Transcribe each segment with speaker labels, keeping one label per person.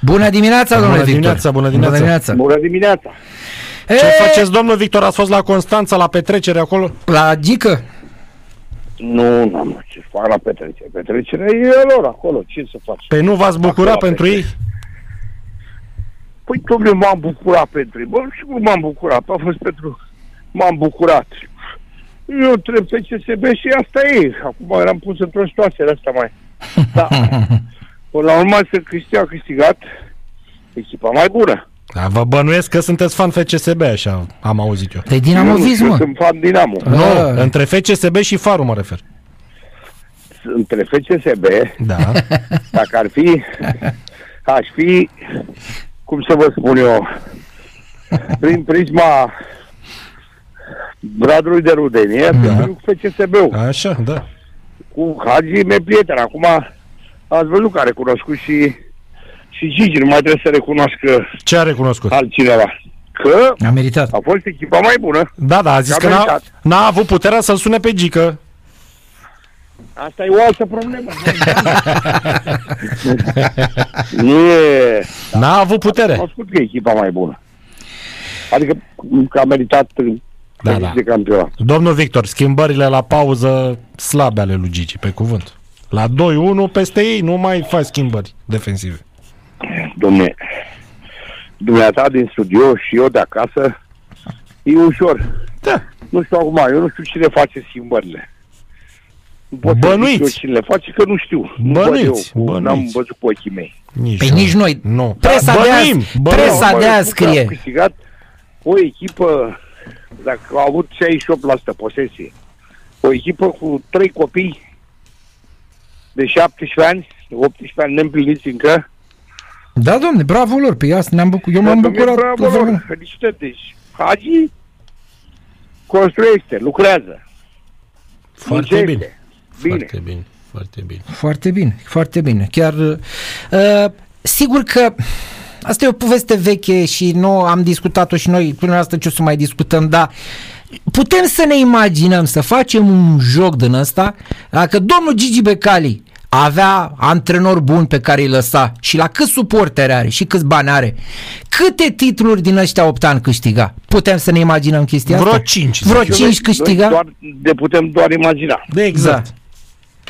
Speaker 1: Bună dimineața, domnule
Speaker 2: Bună
Speaker 1: Victor.
Speaker 2: dimineața, bună dimineața.
Speaker 1: Da.
Speaker 3: Bună dimineața!
Speaker 2: Ce
Speaker 1: E,
Speaker 2: faceți, domnul Victor? Ați fost la Constanța, la petrecere acolo?
Speaker 1: La Gică?
Speaker 3: Nu, n-am ce să fac la petrecere. Petrecerea e a lor acolo, ce să faci?
Speaker 2: Păi nu v-ați bucura
Speaker 3: Acolo,
Speaker 2: pentru
Speaker 3: pe-
Speaker 2: ei?
Speaker 3: Păi, domnule, m-am bucurat pentru ei. Bă, nu știu cum m-am bucurat, a fost pentru... M-am bucurat. Eu întreb pe CSB și asta e. Acum eram pus într-o situație de asta mai... Da. Până la urmă, să Cristi a câștigat echipa mai bună.
Speaker 2: Da, vă bănuiesc că sunteți fan FCSB, așa am auzit eu.
Speaker 1: De
Speaker 3: Eu
Speaker 1: Dinamo
Speaker 3: nu știu,
Speaker 1: Vizmă.
Speaker 3: sunt fan Dinamo.
Speaker 2: Nu,
Speaker 1: Ah.
Speaker 2: între FCSB și Farul mă refer.
Speaker 3: Între FCSB,
Speaker 2: Da.
Speaker 3: dacă ar fi, aș fi, cum să vă spun eu, prin prisma bradului de rudenie, da. cu FCSB-ul,
Speaker 2: Așa, da.
Speaker 3: cu Hagi, mi prieten. Acum ați văzut că a recunoscut și, și Gigi, nu mai trebuie să recunoască
Speaker 2: Ce a
Speaker 3: Ah.
Speaker 2: recunoscut?
Speaker 3: altcineva. Că
Speaker 1: A meritat.
Speaker 3: a fost echipa mai bună.
Speaker 2: Da, da, a zis
Speaker 3: Că
Speaker 2: că
Speaker 3: a
Speaker 2: n-a,
Speaker 3: meritat.
Speaker 2: n-a avut puterea să-l sune pe Gică.
Speaker 3: Asta e o altă problemă. nu e...
Speaker 2: N-a avut
Speaker 3: Da,
Speaker 2: putere.
Speaker 3: cunoscut că e echipa mai bună. Adică că a meritat
Speaker 2: Da,
Speaker 3: da,
Speaker 2: da.
Speaker 3: da. de campionat.
Speaker 2: Domnul Victor, schimbările la pauză slabe ale lui Gigi, pe cuvânt. La 2-1 peste ei nu mai faci schimbări defensive.
Speaker 3: Domne, dumneata din studio și eu de acasă, e ușor.
Speaker 2: Da.
Speaker 3: Nu știu acum, eu nu știu cine face schimbările. Nu pot
Speaker 2: Bănuiți.
Speaker 3: Să zic eu cine le face, că nu știu. Nu văd
Speaker 2: Bănuiți,
Speaker 3: eu, cu- N-am
Speaker 2: bănuiți.
Speaker 3: văzut cu ochii mei.
Speaker 2: Nici
Speaker 1: Pe Păi nici noi.
Speaker 2: Nu.
Speaker 1: Presa de
Speaker 2: Bănuim,
Speaker 1: azi.
Speaker 2: bănuim.
Speaker 1: Presa-
Speaker 3: Mă,
Speaker 1: de aia
Speaker 3: eu cred că
Speaker 1: scrie.
Speaker 3: Am câștigat o echipă, dacă a avut 68% posesie, o echipă cu trei copii de 17 ani, 18 ani neîmpliniți încă.
Speaker 1: Da, domne, bravo lor. Pe asta ne-am bucurat. Eu m-am
Speaker 3: Pentru mine,
Speaker 1: bucurat. tot
Speaker 3: Bravo,
Speaker 1: vremea.
Speaker 3: lor, felicitări. Deci, Hagi construiește, lucrează.
Speaker 2: Foarte
Speaker 3: muncește.
Speaker 2: bine.
Speaker 3: Bine.
Speaker 2: Foarte bine. Foarte bine.
Speaker 1: Foarte bine, foarte bine. Chiar uh, sigur că asta e o poveste veche și nu am discutat-o și noi până asta ce o să mai discutăm, dar putem să ne imaginăm să facem un joc din ăsta dacă domnul Gigi Becali avea antrenor bun pe care îi lăsa și la cât suportere are și câți bani are, câte titluri din ăștia 8 ani câștiga? Putem să ne imaginăm chestia
Speaker 2: Vreo
Speaker 1: asta?
Speaker 2: 5.
Speaker 1: Vreo
Speaker 3: Eu
Speaker 1: 5
Speaker 3: noi- Noi
Speaker 1: câștiga?
Speaker 3: doar, de putem doar imagina.
Speaker 2: De exact.
Speaker 1: Da.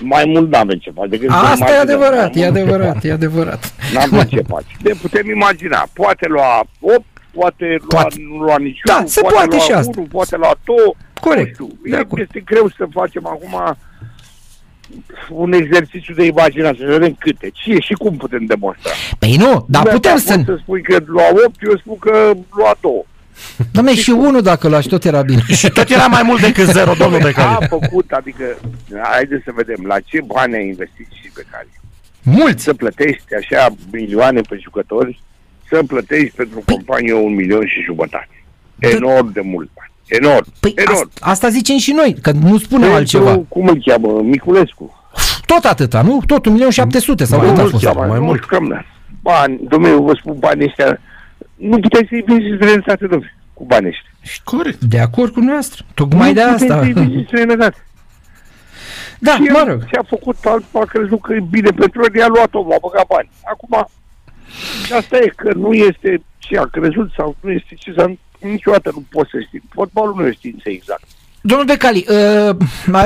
Speaker 3: Mai mult n-avem ce face. decât să
Speaker 1: Asta e
Speaker 3: imaginăm.
Speaker 1: adevărat, e
Speaker 3: Nu-
Speaker 1: adevărat, e adevărat.
Speaker 3: N-am ce face. Ne putem imagina. Poate lua 8, poate lua,
Speaker 1: Poate.
Speaker 3: nu lua niciunul,
Speaker 1: Da, se
Speaker 3: poate,
Speaker 1: poate
Speaker 3: lua
Speaker 1: și asta.
Speaker 3: 1, poate lua 2.
Speaker 1: Corect,
Speaker 3: Nu
Speaker 1: de
Speaker 3: știu. E-
Speaker 1: acord.
Speaker 3: Este greu să facem acum un exercițiu de imaginație, să vedem câte, ce și cum putem demonstra.
Speaker 1: Păi nu, dar
Speaker 3: Dumneata,
Speaker 1: putem
Speaker 3: poți
Speaker 1: să...
Speaker 3: să spui că lua 8, eu spun că lua 2.
Speaker 1: Dom'le, și unul dacă l-aș tot era bine.
Speaker 2: Și tot era mai mult decât zero, domnul
Speaker 3: A
Speaker 2: Becali.
Speaker 3: făcut, adică, haideți să vedem, la ce bani ai investit și pe care.
Speaker 1: Mulți!
Speaker 3: Să plătești așa milioane pe jucători, să plătești pentru
Speaker 1: Păi-
Speaker 3: companie un milion și jumătate. Enorm de mult bani. Enorm.
Speaker 1: Păi
Speaker 3: enorm.
Speaker 1: asta, asta zicem și noi, că nu spunem
Speaker 3: Pentru,
Speaker 1: altceva.
Speaker 3: Cum îl cheamă? Miculescu.
Speaker 1: Tot atâta, nu? Tot 1.700.000 sau
Speaker 2: Mai
Speaker 1: cât Da, a
Speaker 2: mult
Speaker 1: fost.
Speaker 2: chiar. mai
Speaker 3: nu
Speaker 2: mult.
Speaker 3: știu cam, da. Bani, domnule, eu vă spun banii ăștia. Nu puteți să-i vinzi străinătate, domnule, cu banii ăștia.
Speaker 2: Corect.
Speaker 1: De acord cu noastră. Tocmai de
Speaker 3: nu puteți
Speaker 1: asta.
Speaker 3: să-i vinzi în străinătate.
Speaker 1: Da,
Speaker 3: Și
Speaker 1: mă
Speaker 3: el
Speaker 1: rog.
Speaker 3: Ce-a făcut altul, a crezut că e bine pentru el, i-a luat-o, a băgat bani. Acum, asta e că nu este ce a crezut sau nu este ce s-a niciodată nu poți să știi. Fotbalul nu e știință exact.
Speaker 1: Domnul Becali, ă,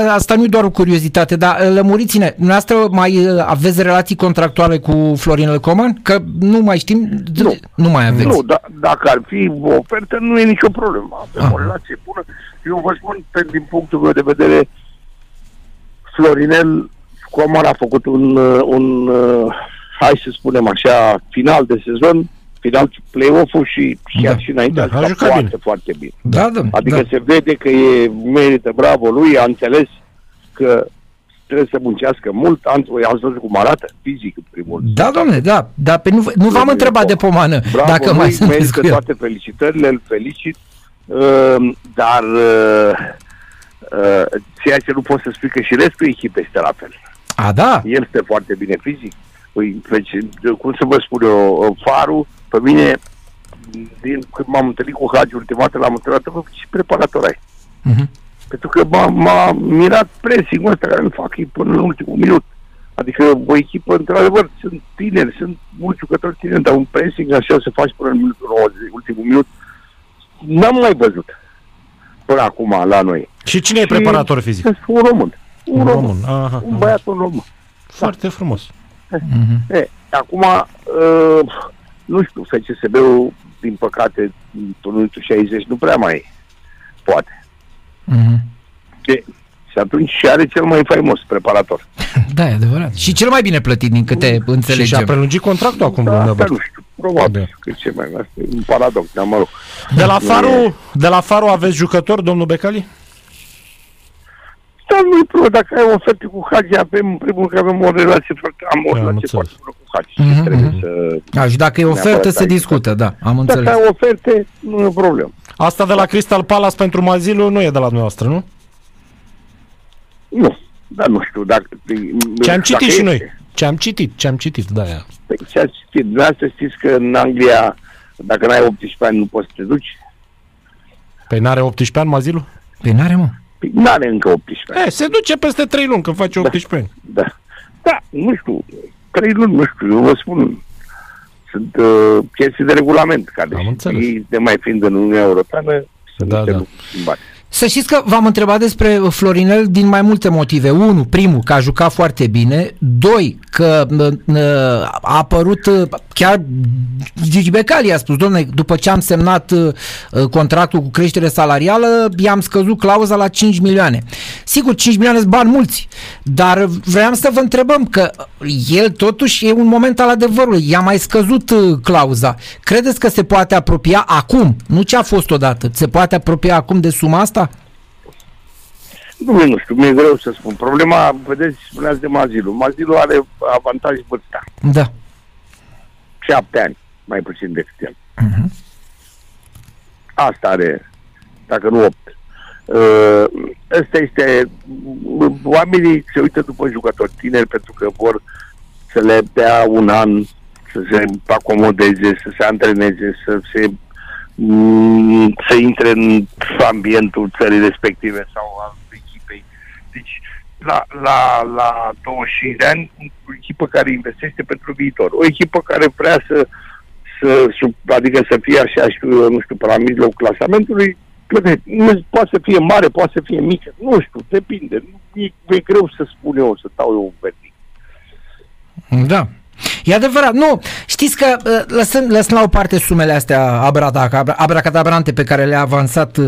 Speaker 1: asta nu e doar o curiozitate, dar ă, lămuriți-ne. Dumneavoastră mai ă, aveți relații contractuale cu Florin Lecoman? Că nu mai știm.
Speaker 3: Nu.
Speaker 1: Nu mai aveți.
Speaker 3: Nu, da, dacă ar fi o ofertă, nu e nicio problemă. Avem
Speaker 1: Ah.
Speaker 3: o relație bună. Eu vă spun, pe, din punctul meu de vedere, Florinel Comar a făcut un, uh, un uh, hai să spunem așa, final de sezon, final play-off-ul și chiar
Speaker 1: Da,
Speaker 3: și înainte
Speaker 2: da,
Speaker 3: a
Speaker 2: a
Speaker 3: jucat
Speaker 2: jucat
Speaker 3: foarte,
Speaker 2: bine.
Speaker 3: foarte bine.
Speaker 1: Da, da.
Speaker 3: Adică
Speaker 1: da.
Speaker 3: se vede că e merită bravo lui, a înțeles că trebuie să muncească mult, Antru, i-ați văzut cum arată, fizic în primul rând.
Speaker 1: Da, domnule, da, dar pe nu, nu v-am
Speaker 3: Domnule,
Speaker 1: întrebat de
Speaker 3: bun.
Speaker 1: pomană
Speaker 3: Bravo
Speaker 1: dacă
Speaker 3: lui,
Speaker 1: mai sunteți
Speaker 3: merită
Speaker 1: cu el.
Speaker 3: toate felicitările, îl felicit, uh, dar uh, uh, ceea ce nu pot să spui că și restul echipei este la fel.
Speaker 1: A, da?
Speaker 3: El este foarte bine fizic. Îi fece- Cum să vă spun eu, uh, farul, pe mine, din când m-am întâlnit cu Hagi ultima dată, l-am întâlnit bă, și preparator ai.
Speaker 1: Mhm.
Speaker 3: Pentru că m-a, m-a mirat pressing-ul ăsta care îl fac ei până în ultimul minut. Adică o echipă, într-adevăr, sunt tineri, sunt mulți jucători tineri, dar un pressing așa să faci până în minutul 90, ultimul minut, n-am mai văzut până acum la noi.
Speaker 2: Și cine e
Speaker 3: Și-
Speaker 2: preparator fizic?
Speaker 3: Sunt un român. Un,
Speaker 2: Un
Speaker 3: român.
Speaker 2: român. da. Aha,
Speaker 3: Un
Speaker 2: aha.
Speaker 3: băiat, un român.
Speaker 2: Foarte frumos.
Speaker 3: E, acum, uh, nu știu, FCSB-ul, din păcate, în turnul 60 nu prea mai poate.
Speaker 1: Mhm.
Speaker 3: E, și atunci și are cel mai faimos preparator.
Speaker 1: Da, e adevărat. Și cel mai bine plătit din câte
Speaker 2: Și și-a
Speaker 1: înțelegem.
Speaker 2: prelungit contractul acum
Speaker 3: Dar
Speaker 2: lui
Speaker 3: asta
Speaker 2: Năbăr.
Speaker 3: nu știu, probabil
Speaker 2: Da.
Speaker 3: că e ce mai asta e un paradox, dar mă rog.
Speaker 2: De la,
Speaker 3: Nu
Speaker 2: Faru, de la Faru aveți jucători, domnul Becali?
Speaker 3: Dar nu e pro, dacă ai oferte cu Hagi, avem, în primul rând, că avem o relație foarte, am o
Speaker 2: Da, am
Speaker 3: relație
Speaker 2: înțeles.
Speaker 3: foarte bună cu Hagi.
Speaker 1: Mhm,
Speaker 3: Mm-hmm. Trebuie
Speaker 1: mhm.
Speaker 3: să...
Speaker 1: A, și dacă e ofertă,
Speaker 3: Neapărat,
Speaker 1: se
Speaker 3: da,
Speaker 1: discută, da, am
Speaker 3: Dacă
Speaker 1: înțeles.
Speaker 3: ai oferte, nu e o problemă.
Speaker 2: Asta de la Crystal Palace pentru Mazilu nu e de la dumneavoastră, nu?
Speaker 3: Nu, dar nu știu dacă...
Speaker 2: Ce am citit
Speaker 3: dacă
Speaker 2: și
Speaker 3: este.
Speaker 2: noi. Ce am citit, ce am citit, da, aia.
Speaker 3: Păi ce ați citit? Dumneavoastră știți că în Anglia, dacă n-ai 18 ani, nu poți să te duci?
Speaker 2: Păi n-are 18 ani Mazilu?
Speaker 1: Păi n-are, mă.
Speaker 3: Păi n-are încă 18 ani.
Speaker 2: E, se duce peste 3 luni când face 18 ani.
Speaker 3: Da. da, nu știu, trei luni, nu știu, eu vă spun. Sunt uh, chestii de regulament, care
Speaker 2: Am înțeles.
Speaker 3: ei, de mai fiind în Uniunea Europeană, sunt
Speaker 2: Da,
Speaker 3: niște
Speaker 2: da.
Speaker 3: lucruri schimbate.
Speaker 1: Să știți că v-am întrebat despre Florinel din mai multe motive. Unu, primul, că a jucat foarte bine. Doi, că n- n- a apărut uh, chiar Gigi Becali a spus, domne, după ce am semnat uh, contractul cu creștere salarială, i-am scăzut clauza la 5 milioane. Sigur, 5 milioane sunt bani mulți, dar vreau să vă întrebăm că el totuși e un moment al adevărului. I-a mai scăzut uh, clauza. Credeți că se poate apropia acum, nu ce a fost odată, se poate apropia acum de suma asta?
Speaker 3: Nu, nu știu, mi-e greu să spun. Problema, vedeți, spuneați de Mazilu. Mazilu are avantaj vârsta.
Speaker 1: Da.
Speaker 3: șapte ani, mai puțin decât el. Asta are, dacă nu opt. Uh, Ăsta este, oamenii se uită după jucători tineri pentru că vor să le dea un an să se acomodeze, să se antreneze, să se mm, să intre în ambientul țării respective sau al echipei. Deci, la, la, la 25 de ani, o echipă care investește pentru viitor. O echipă care vrea să, să sub, adică să fie așa, știu, eu, nu știu, pe la mijlocul clasamentului, Bine, nu poate să fie mare, poate să fie mică, nu știu, depinde. Nu- E, e greu să spun eu, să dau eu un verdict.
Speaker 1: Da. E adevărat, nu, știți că uh, lăsând, lăsând la o parte sumele astea abrata- abra- abracadabrante pe care le-a avansat uh,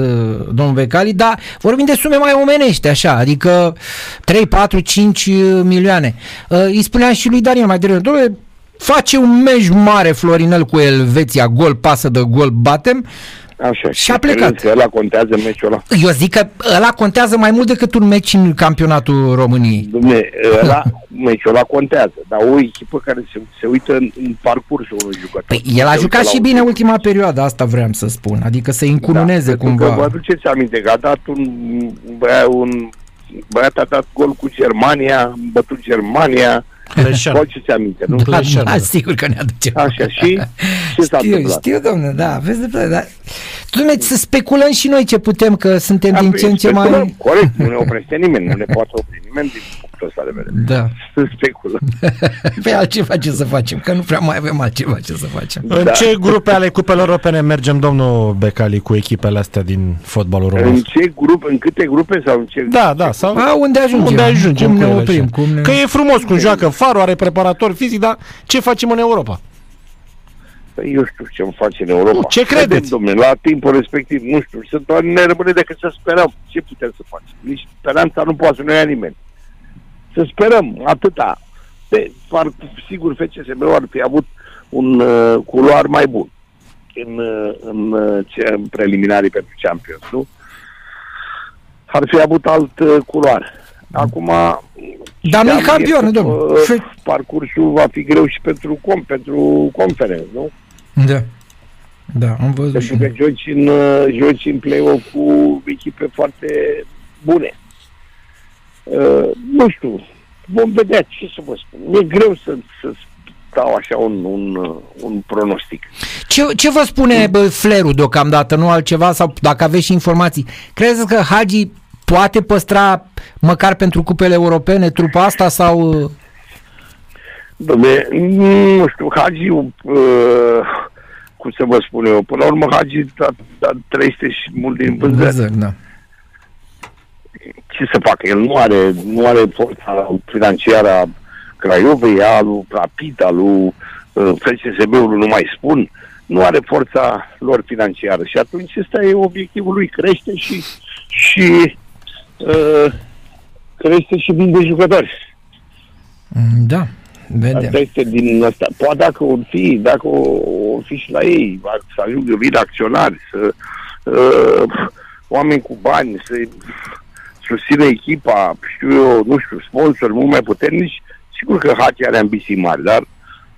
Speaker 1: domnul Becali, dar vorbim de sume mai omenești, așa, adică 3, 4, 5 uh, milioane. Uh, Îi spuneam și lui Daniel mai devreme, domnule, face un meci mare Florinel cu Elveția, gol, pasă de gol, batem,
Speaker 3: Așa.
Speaker 1: Și a plecat.
Speaker 3: Că ăla contează meciul ăla.
Speaker 1: eu zic că ăla contează mai mult decât un meci în campionatul României.
Speaker 3: Dumne, ăla, meciul ăla contează, dar o echipă care se, se uită în, în parcursul unui jucător.
Speaker 1: Păi el a
Speaker 3: Se
Speaker 1: jucat
Speaker 3: uită
Speaker 1: și
Speaker 3: la
Speaker 1: bine
Speaker 3: un-
Speaker 1: ultima perioadă, asta vreau să spun, adică să
Speaker 3: Da,
Speaker 1: încununeze
Speaker 3: pentru
Speaker 1: cumva.
Speaker 3: Că vă aduceți aminte că a dat un, un băia, un băiat a dat gol cu Germania, a bătut Germania, vă
Speaker 2: Leșan.
Speaker 3: aduceți aminte, nu?
Speaker 1: Da,
Speaker 2: Leșer,
Speaker 1: da,
Speaker 2: da.
Speaker 1: sigur că ne aducem.
Speaker 3: Așa, și ce s-a
Speaker 1: știu,
Speaker 3: întâmplat?
Speaker 1: știu, domnule, da, aveți dreptate, dar... Dom'le, să speculăm și noi ce putem, că suntem
Speaker 2: Da,
Speaker 1: din
Speaker 2: păi,
Speaker 3: Apoi,
Speaker 1: ce în ce
Speaker 3: speculăm,
Speaker 1: mai...
Speaker 3: Corect, nu ne oprește nimeni, nu ne poate opri nimeni din punctul ăsta de vedere.
Speaker 1: Da.
Speaker 3: Să speculăm.
Speaker 1: Pe altceva ce să facem, că nu prea mai avem altceva ce să facem.
Speaker 2: În
Speaker 3: Da.
Speaker 2: ce grupe ale cupelor europene mergem, domnul Becali, cu echipele astea din fotbalul
Speaker 3: În
Speaker 2: român?
Speaker 3: ce grup, în câte grupe sau în ce...
Speaker 2: Da, da, sau...
Speaker 1: A, unde ajungem?
Speaker 2: Unde ajungem
Speaker 1: Cum
Speaker 2: cu
Speaker 1: ne
Speaker 2: ele
Speaker 1: oprim?
Speaker 2: așa?
Speaker 1: Cum ne...
Speaker 2: Că e frumos cum joacă Faru, are preparator fizic, dar ce facem în Europa?
Speaker 3: Păi Eu știu ce îmi face în Europa.
Speaker 2: Nu, ce credeți?
Speaker 3: Vedem, domne, la timpul respectiv, nu știu, sunt doar ne rămâne decât să sperăm. Ce putem să facem? Nici speranța nu poate să ne ia nimeni. Să sperăm, atâta. De, par, sigur, fcsb ar fi avut un uh, culoar mai bun în, uh, în, uh, ce, în preliminarii pentru Champions, nu? Ar fi avut alt uh, culoar. Acum...
Speaker 1: Dar nu-i
Speaker 3: știam,
Speaker 1: campion,
Speaker 3: este,
Speaker 1: domnule.
Speaker 3: uh, Parcursul va fi greu și pentru, com, pentru conferență, nu?
Speaker 1: Da. Da, am
Speaker 2: Deci,
Speaker 1: văzut
Speaker 3: Pentru
Speaker 1: și...
Speaker 3: că
Speaker 1: noi.
Speaker 3: joci în, uh, joci în play-off cu echipe foarte bune. Uh, nu știu, vom vedea ce să vă spun. E greu să, să dau așa un, un, uh, un pronostic.
Speaker 1: Ce, ce vă spune bă, flerul deocamdată, nu altceva? Sau dacă aveți și informații, credeți că Hagi poate păstra măcar pentru cupele europene trupa asta sau...
Speaker 3: Dom'le, Mm, nu știu, Hagiu, uh, cum să vă spun eu, până la urmă Hagi a, a 300 și mult din vânzări.
Speaker 1: Vânzări, da.
Speaker 3: Ce să facă? El nu are, nu are forța financiară a Craiovei, a lui Rapid, a lui uh, FCSB-ului, nu mai spun, nu are forța lor financiară. Și atunci ăsta e obiectivul lui, crește și, și uh, crește și vinde jucători.
Speaker 1: Mm, Da, vedem.
Speaker 3: Asta este din asta. Poate dacă o fi, dacă o, o fi și la ei, va- să ajungă vin acționari, să, uh, oameni cu bani, să susțină echipa, știu eu, nu știu, sponsori mult mai puternici, sigur că Hagi are ambiții mari, dar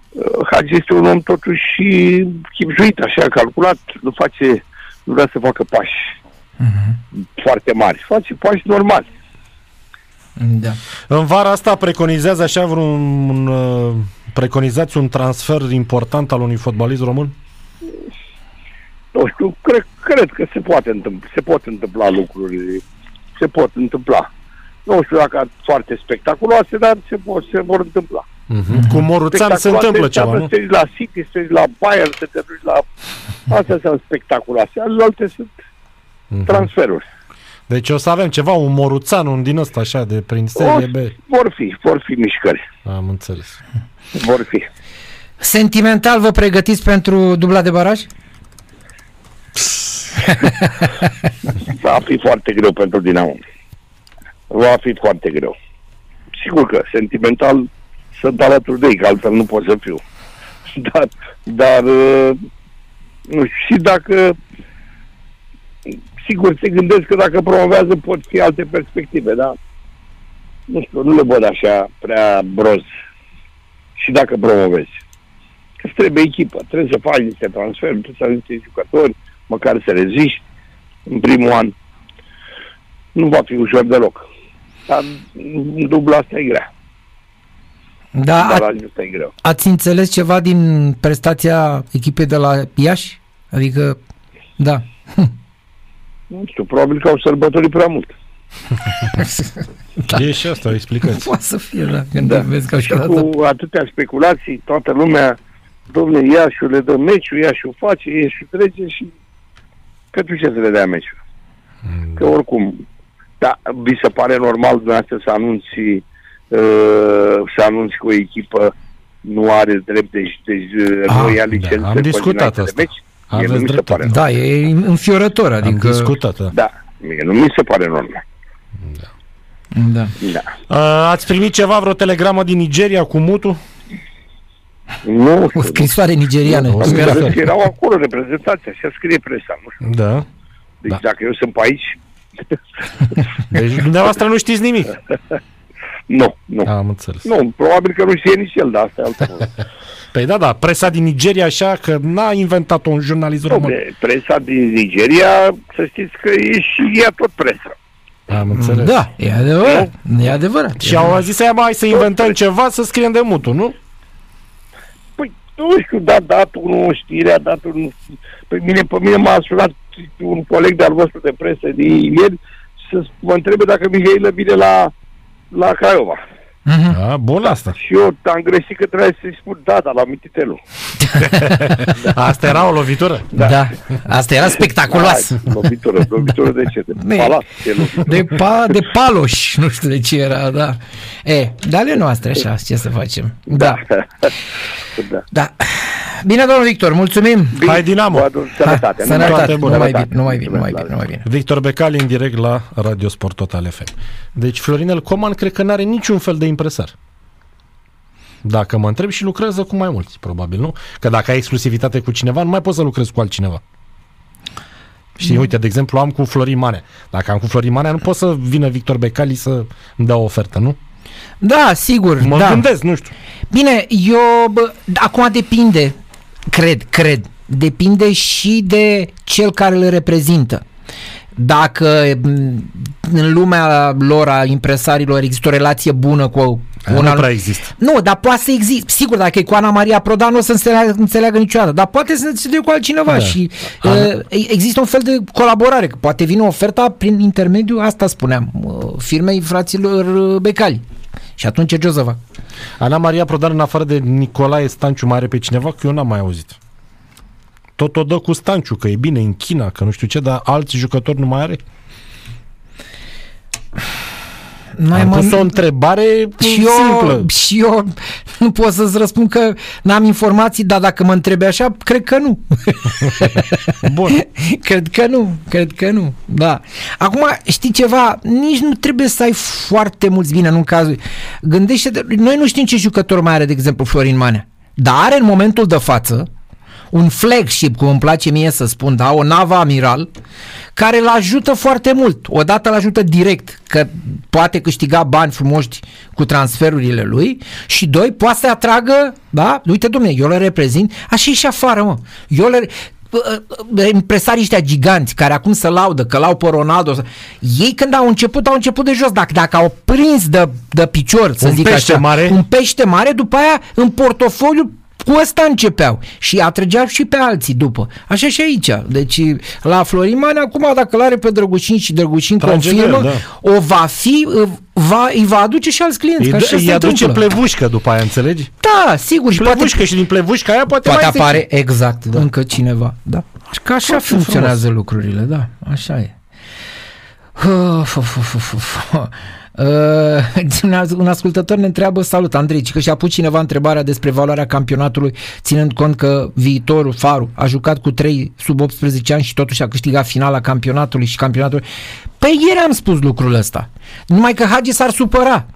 Speaker 3: uh, Hagi este un om totuși și chipzuit, așa, calculat, nu face, nu vrea să facă pași foarte mari, face pași normali.
Speaker 1: Da.
Speaker 2: În vara asta preconizează așa vreun... Un, uh, preconizați un transfer important al unui fotbalist român?
Speaker 3: nu știu, cred, cred că se poate întâmpla, se pot întâmpla lucruri, se pot întâmpla. Nu știu dacă foarte spectaculoase, dar se, pot, se vor întâmpla.
Speaker 2: Mm-hmm. Cu Moruțan se
Speaker 3: Spectaculoase
Speaker 2: întâmplă ceva, nu?
Speaker 3: Să te duci la City, să te duci la Bayern, să te duci la... Astea sunt spectaculoase, alte sunt
Speaker 2: Mhm.
Speaker 3: transferuri.
Speaker 2: Deci o să avem ceva, un Moruțan, un din ăsta așa, de prin
Speaker 3: O,
Speaker 2: serie B.
Speaker 3: vor fi, vor fi mișcări,
Speaker 2: Am înțeles.
Speaker 3: vor fi.
Speaker 1: Sentimental vă pregătiți pentru dubla de baraj? Da,
Speaker 3: Va fi foarte greu pentru Dinamo. Va fi foarte greu. Sigur că sentimental sunt alături de ei, că altfel nu pot să fiu. Dar, dar uh, nu știu, și dacă sigur se gândesc că dacă promovează pot fi alte perspective, dar nu știu, nu le văd așa prea broz. Și dacă promovezi. Că îți trebuie echipă, trebuie să faci niște transferuri, trebuie să ai niște jucători, măcar să reziști în primul an. Nu va fi ușor deloc. Dar în dubla asta e grea.
Speaker 1: Da,
Speaker 3: Dar
Speaker 1: a,
Speaker 3: asta e greu.
Speaker 1: ați înțeles ceva din prestația echipei de la Iași? Adică, da.
Speaker 3: Nu știu, probabil că au sărbătorit prea mult.
Speaker 2: Da. E și asta o explicație.
Speaker 1: Poate să fie, da, când
Speaker 3: Da.
Speaker 1: vezi că au
Speaker 3: Și cu atâtea speculații, toată lumea, domne, Iașiul le dă meciul, Iașiul face, Iașiul trece și pentru ce să le dea meciul?
Speaker 2: Mm.
Speaker 3: Că oricum, da, vi se pare normal dumneavoastră să anunți, uh, să anunți că o echipă nu are drept, deci, deci uh,
Speaker 2: Ah,
Speaker 3: nu ia
Speaker 2: da,
Speaker 3: licență
Speaker 2: am
Speaker 3: pe
Speaker 2: discutat
Speaker 3: dinainte de
Speaker 2: asta.
Speaker 3: Meci? Mie nu
Speaker 2: Aveți
Speaker 3: mi se
Speaker 2: dreptate.
Speaker 3: pare
Speaker 1: Da, e înfiorător,
Speaker 2: Am
Speaker 1: adică...
Speaker 2: discutat, da.
Speaker 3: Da, mie nu mi se pare normal.
Speaker 1: Da.
Speaker 3: Da.
Speaker 2: Uh, Ați primit ceva, vreo telegramă din Nigeria cu mutu?
Speaker 3: Nu
Speaker 1: O
Speaker 3: știu.
Speaker 1: scrisoare nigeriană.
Speaker 2: O
Speaker 3: Am
Speaker 2: scrisoare.
Speaker 3: crezut că erau acolo reprezentați, așa scrie presa, nu știu.
Speaker 2: Da.
Speaker 3: Deci
Speaker 2: Da.
Speaker 3: dacă eu sunt pe aici,
Speaker 2: Deci dumneavoastră nu știți nimic.
Speaker 3: nu, nu.
Speaker 2: Am înțeles.
Speaker 3: Nu, probabil că nu știe nici el, dar asta e altă
Speaker 2: Păi da, da, presa din Nigeria așa că n-a inventat-o un jurnalist român.
Speaker 3: Dom'le, Presa din Nigeria, să știți că e și ea tot presă.
Speaker 2: Am înțeles.
Speaker 1: Da, e adevărat. E adevărat.
Speaker 2: Și au zis aia, mai să inventăm ceva, să scriem de mutu, nu?
Speaker 3: Păi, nu știu, da, dat unul știrea, dat unul... Pe Păi mine, pe mine m-a sunat un coleg de-al vostru de presă de ieri să mă întrebe dacă Mihailă vine la, la Craiova.
Speaker 1: Mhm.
Speaker 2: Da, bun asta.
Speaker 3: Și eu am greșit că trebuie să-i spun da, dar la Mititelu.
Speaker 2: Asta era o lovitură.
Speaker 1: Da. da. Asta era spectaculoasă.
Speaker 3: Hai, Lovitură, lovitură de ce?
Speaker 1: Ne-
Speaker 3: De palat, e lovitură.
Speaker 1: De, pa, de paloș, nu știu de ce era, da. E, dar ale noastre, așa, ce să facem. Da,
Speaker 3: Da.
Speaker 1: da. Bine, domnul Victor, mulțumim.
Speaker 2: Hai, Dinamo!
Speaker 3: Vă adun sănătate.
Speaker 1: sănătate,
Speaker 2: toate bune.
Speaker 1: numai bine, numai bine, numai bine, numai bine.
Speaker 2: Victor Becali în direct la Radio Sport Total FM. Deci Florinel Coman cred că n-are niciun fel de impresar. Dacă mă întreb și lucrează cu mai mulți, probabil, nu? Că dacă ai exclusivitate cu cineva, nu mai poți să lucrezi cu altcineva. Știi, uite, de exemplu, am cu Florin Manea. Dacă am cu Florin Manea, nu pot să vină Victor Becali să îmi dea o ofertă, nu?
Speaker 1: Da, sigur,
Speaker 2: Mă
Speaker 1: da.
Speaker 2: gândesc, nu știu.
Speaker 1: Bine, eu bă, acum depinde, cred, cred, depinde și de cel care îl reprezintă. Dacă m, în lumea lor a impresarilor există o relație bună cu un
Speaker 2: nu
Speaker 1: anum-
Speaker 2: prea există.
Speaker 1: Nu, dar poate să existe. Sigur, dacă e cu Ana Maria Prodan, nu o să înțeleagă, înțeleagă niciodată, dar poate să se ducă cu altcineva
Speaker 2: Da.
Speaker 1: da. și uh, există un fel de colaborare, că poate vine oferta prin intermediul, asta spuneam, uh, firmei fraților uh, Becali. Și atunci ce o să fac?
Speaker 2: Ana Maria Prodan, în afară de Nicolae Stanciu, mai are pe cineva? Că eu n-am mai auzit. Tot o dă cu Stanciu, că e bine în China, că nu știu ce, dar alți jucători nu mai are?
Speaker 1: N-ai
Speaker 2: Am
Speaker 1: mă- Păi,
Speaker 2: pus o întrebare
Speaker 1: și
Speaker 2: simplă.
Speaker 1: eu, și eu nu pot să-ți răspund că n-am informații, dar dacă mă întrebi așa, cred că nu.
Speaker 2: Bun.
Speaker 1: Cred că nu, cred că nu, da. Acum, știi ceva, nici nu trebuie să ai foarte mulți bine, nu în cazul. Gândește-te, noi nu știm ce jucător mai are, de exemplu, Florin Manea, dar are în momentul de față un flagship, cum îmi place mie să spun, da, o navă amiral, care îl ajută foarte mult. Odată îl ajută direct, că poate câștiga bani frumoși cu transferurile lui și doi, poate să atragă, da, uite domne, eu le reprezint, așa e și afară, mă. Eu le, ă, impresarii ăștia giganți care acum se laudă, că lau pe Ronaldo, ei când au început, au început de jos. Dacă, dacă au prins de, de picior, să
Speaker 2: Un
Speaker 1: zic
Speaker 2: pește
Speaker 1: așa,
Speaker 2: mare.
Speaker 1: un pește mare, după aia în portofoliu cu ăsta începeau și atrăgeau și pe alții după. Așa și aici. Deci la Floriman acum dacă l-are pe Drăgușin și Drăgușin
Speaker 2: Trage în el,
Speaker 1: confirmă, o va fi, va, îi va aduce și alți clienți.
Speaker 2: da. Îi,
Speaker 1: că așa
Speaker 2: dă,
Speaker 1: se
Speaker 2: îi aduce
Speaker 1: întâmplă.
Speaker 2: plevușcă după aia, înțelegi?
Speaker 1: Da, sigur. Și poate
Speaker 2: Plevușcă și din plevușca aia poate,
Speaker 1: Poate
Speaker 2: mai iese-
Speaker 1: apare exact, da. încă cineva. Da. Că așa
Speaker 2: Foarte
Speaker 1: funcționează lucrurile, da, așa e. Uf, uf, uf, uf, uf. Uh, un as- un ascultător ne întreabă, salut Andrei, ci că și-a pus cineva întrebarea despre valoarea campionatului, ținând cont că viitorul Faru a jucat cu 3 sub 18 ani și totuși a câștigat finala campionatului și campionatul. Păi ieri am spus lucrul ăsta. Numai că Hagi s-ar supăra.